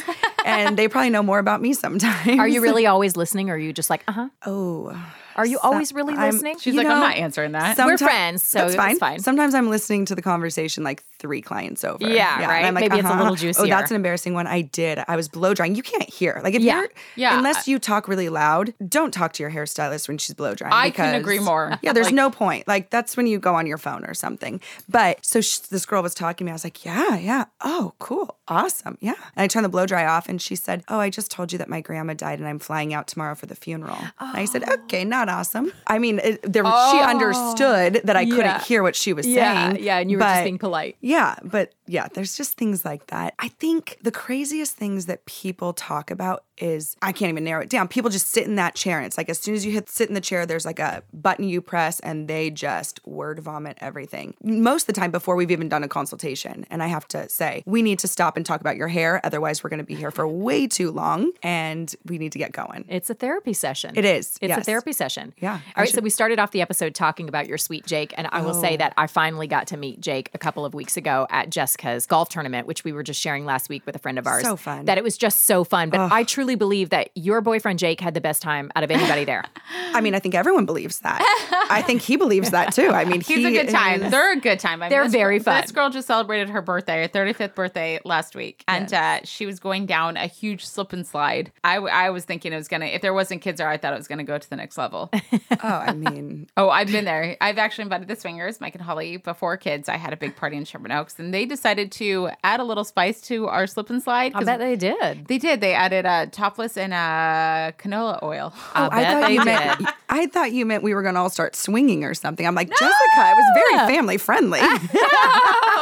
S5: and they probably know more about me sometimes.
S4: Are you really always listening or are you just like, uh huh?
S5: Oh,
S4: Are you always really
S5: I'm-
S4: listening?
S3: She's
S5: You
S3: like, I'm
S5: know,
S3: not answering that.
S4: We're
S5: sometime-
S4: friends, so
S5: that's
S4: it's
S5: fine.
S4: fine.
S5: Sometimes I'm listening to the conversation like three clients over.
S4: Yeah, right?
S5: And I'm like,
S4: Maybe it's a
S5: uh-huh,
S4: little
S5: uh-huh.
S4: juicier.
S5: Oh, that's an embarrassing one. I did. I was blow drying. You can't hear. Like if
S4: Yeah.
S5: you're,
S3: Yeah.
S5: unless you talk really loud, don't talk to your hairstylist when she's blow drying.
S3: I couldn't agree
S5: because-
S3: more.
S5: Yeah, there's
S3: Like-
S5: no point. Like that's when you go on your phone or something. But so sh- this girl was talking to me. I was like, yeah, yeah. Oh, cool. Awesome. Yeah. And I turned the blow dry off and she said, oh, I just told you that my grandma died and I'm flying out tomorrow for the funeral. And I
S4: Oh.
S5: said, okay, not awesome. I mean, it, there, she understood that I
S4: Yeah.
S5: couldn't hear what she was
S4: yeah.
S5: saying.
S4: Yeah. And you were just
S5: but-
S4: being polite.
S5: yeah, but yeah, there's just things like that. I think the craziest things that people talk about is I can't even narrow it down. People just sit in that chair, and it's like as soon as you hit sit in the chair, there's like a button you press, and they just word vomit everything. Most of the time, before we've even done a consultation, and I have to say, we need to stop and talk about your hair, otherwise we're going to be here for way too long, and we need to get going.
S4: It's a therapy session.
S5: It is,
S4: It's a
S5: yes.
S4: therapy session.
S5: Yeah,
S4: All
S5: I
S4: right. So
S5: should- Oh.
S4: we started off the episode talking about your sweet Jake, and I will say that I finally got to meet Jake a couple of weeks ago at Jessica's golf tournament, which we were just sharing last week with a friend of ours.
S5: So fun.
S4: That it was just so fun. But I truly believe that your boyfriend Jake had the best time out of anybody there.
S5: I mean, I think everyone believes that. I think he believes that too. I mean,
S3: He's
S5: he
S3: a good time.
S5: is-
S3: They're a good time. I mean,
S4: They're
S3: this
S4: very
S3: girl- This
S4: fun.
S3: girl just celebrated her birthday, her 35th birthday last week, and uh, she was going down a huge slip and slide. I, w- I was thinking it was gonna, if there wasn't kids there, I thought it was gonna go to the next level.
S5: Oh, I mean,
S3: Oh, I've been there. I've actually invited the swingers, Mike and Holly, before kids. I had a big party in Sherman Oaks, and they decided to add a little spice to our slip and slide.
S4: I
S3: 'cause
S4: bet they did.
S3: they did. They added uh, topless and uh, canola oil.
S4: I bet
S5: I thought
S4: they
S5: you
S4: did.
S5: meant I thought you meant we were going to all start swinging or something. I'm like, Jessica, it was very family friendly.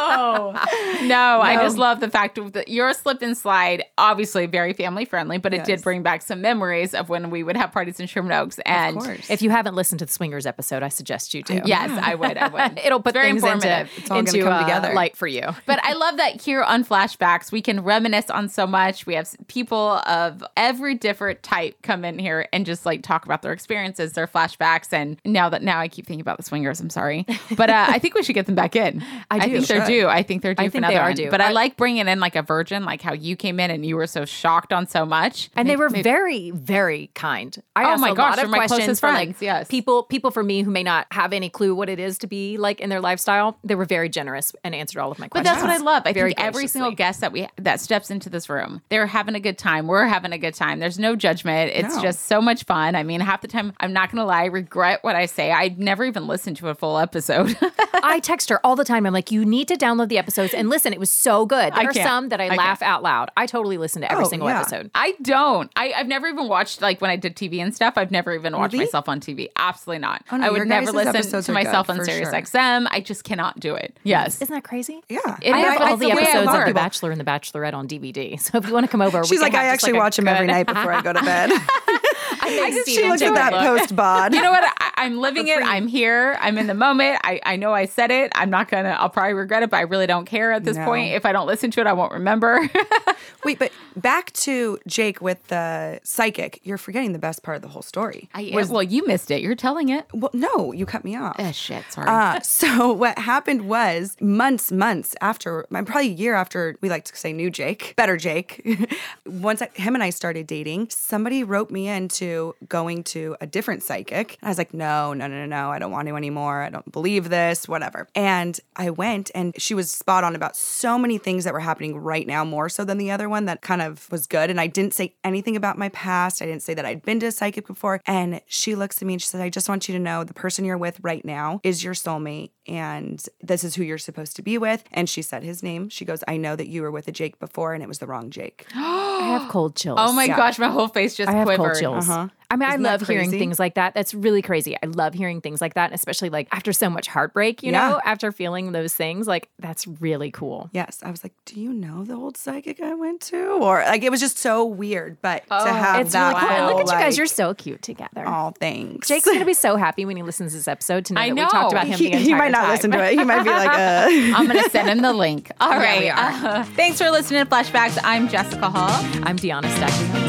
S3: no, I just love the fact that your slip and slide, obviously very family friendly, but it did bring back some memories of when we would have parties in Sherman Oaks. And
S4: If you haven't listened to the Swingers episode, I suggest you do.
S3: yes, I would. I would.
S4: It'll put
S3: very
S4: things
S3: informative.
S4: into,
S5: It's all gonna
S4: into
S5: come
S4: uh,
S5: together.
S4: light for you.
S3: But I love that here on Flashbacks, we can reminisce on so much. We have s- people of every different type come in here and just like talk about their experiences, their flashbacks. And now that now I keep thinking about the swingers, I'm sorry. But uh, I think we should get them back in. I,
S4: do.
S3: think they're
S5: Should.
S3: due. I think they're due
S4: I
S3: for
S4: think
S3: another
S4: they are
S3: one.
S4: due.
S3: But I,
S4: I-
S3: like bringing in like a virgin, like how you came in and you were so shocked on so much.
S4: And they were very, very kind. I
S3: Oh
S4: asked
S3: my
S4: a
S3: gosh,
S4: lot
S3: they're
S4: of
S3: my
S4: questions
S3: closest
S4: for
S3: friends,
S4: like
S3: yes.
S4: people, people for me who may not have any clue what it is to be like in their lifestyle. They were very generous and answered all of my
S3: But
S4: questions.
S3: that's what I love. I
S4: Very
S3: think every single
S4: graciously.
S3: guest that we that steps into this room, they're having a good time. We're having a good time. There's no judgment. It's
S5: No.
S3: just so much fun. I mean, half the time, I'm not going to lie, I regret what I say. I never even listened to a full episode.
S4: I text her all the time. I'm like, you need to download the episodes and listen. It was so good. There are
S3: can't.
S4: some that I,
S3: I
S4: laugh out loud. I totally listen to every
S5: Oh,
S4: single
S5: yeah.
S4: episode.
S3: I don't. I, I've never even watched like when I did TV and stuff. I've never even watched
S5: Really?
S3: myself on TV. Absolutely not.
S5: Oh, no,
S3: I would
S5: your
S3: never
S5: guys'
S3: listen
S5: episodes
S3: to
S5: are good,
S3: myself on
S5: for
S3: Sirius
S5: sure.
S3: XM. I just cannot do it. Yes.
S4: Isn't that crazy?
S5: yeah.
S3: It
S4: I
S3: is.
S4: have
S3: It's
S4: all
S3: the
S4: the
S3: way I
S4: episodes of
S3: learn.
S4: The Bachelor and The Bachelorette on DVD. So if you want to come over, we
S5: She's
S4: can
S5: like, I
S4: have just,
S5: actually
S4: a
S5: watch them every
S4: good-
S5: night before I go to bed.
S4: I think
S5: she
S4: Steven
S5: looked
S4: took a
S5: at that
S4: look.
S5: post bod.
S3: you know what? I, I'm living it. I'm here. I'm in the moment. I, I know I said it. I'm not going to, I'll probably regret it, but I really don't care at this
S5: No.
S3: point. If I don't listen to it, I won't remember.
S5: Wait, but back to Jake with the psychic. You're forgetting the best part of the whole story.
S3: I well, you missed it. You're telling it.
S5: well, no, you cut me off.
S3: shit, sorry.
S5: Uh, so what happened was months, months after, probably a year after we like to say new Jake, better Jake. Once I, him and I started dating, somebody roped me into going to a different psychic. And I was like, no, no, no, no, no, no, I don't want to anymore. I don't believe this, whatever. And I went and she was spot on about so many things that were happening right now, more so than the other one that kind of was good. And I didn't say anything about my past. I didn't say that I'd been to a psychic before. And she looks at me and she says, I just want you to know the person you're with right now is your soulmate. And this is who you're supposed to be with. And she said his name. She goes, I know that you were with a Jake before and it was the wrong Jake.
S4: I have cold chills.
S3: Oh my gosh, my whole face just
S4: I have
S3: quivered.
S4: cold chills.
S5: Uh-huh.
S4: I mean,
S5: Isn't
S4: I
S5: that
S4: love hearing
S5: crazy?
S4: things like that. That's really crazy. I love hearing things like that, especially like after so much heartbreak, you
S5: Yeah.
S4: know, after feeling those things. Like, that's really cool.
S5: Yes. I was like, Do you know the old psychic I went to? Or like it was just so weird. But to have
S4: Oh. It's
S5: that
S4: really cool. And look at
S5: whole,
S4: you guys.
S5: like,
S4: You're so cute together.
S5: Oh, thanks.
S4: Jake's going to be so happy when he listens to this episode to know,
S3: I
S4: that we talked
S3: know.
S4: about him
S5: he,
S4: the
S5: he
S4: entire
S5: might not
S4: time.
S5: listen to it. He might be like, uh.
S3: I'm gonna send him the link. All right.
S4: we are.
S3: Uh, thanks for listening to Flashbacks. I'm Jessica Hall.
S4: I'm Deanna Stachy.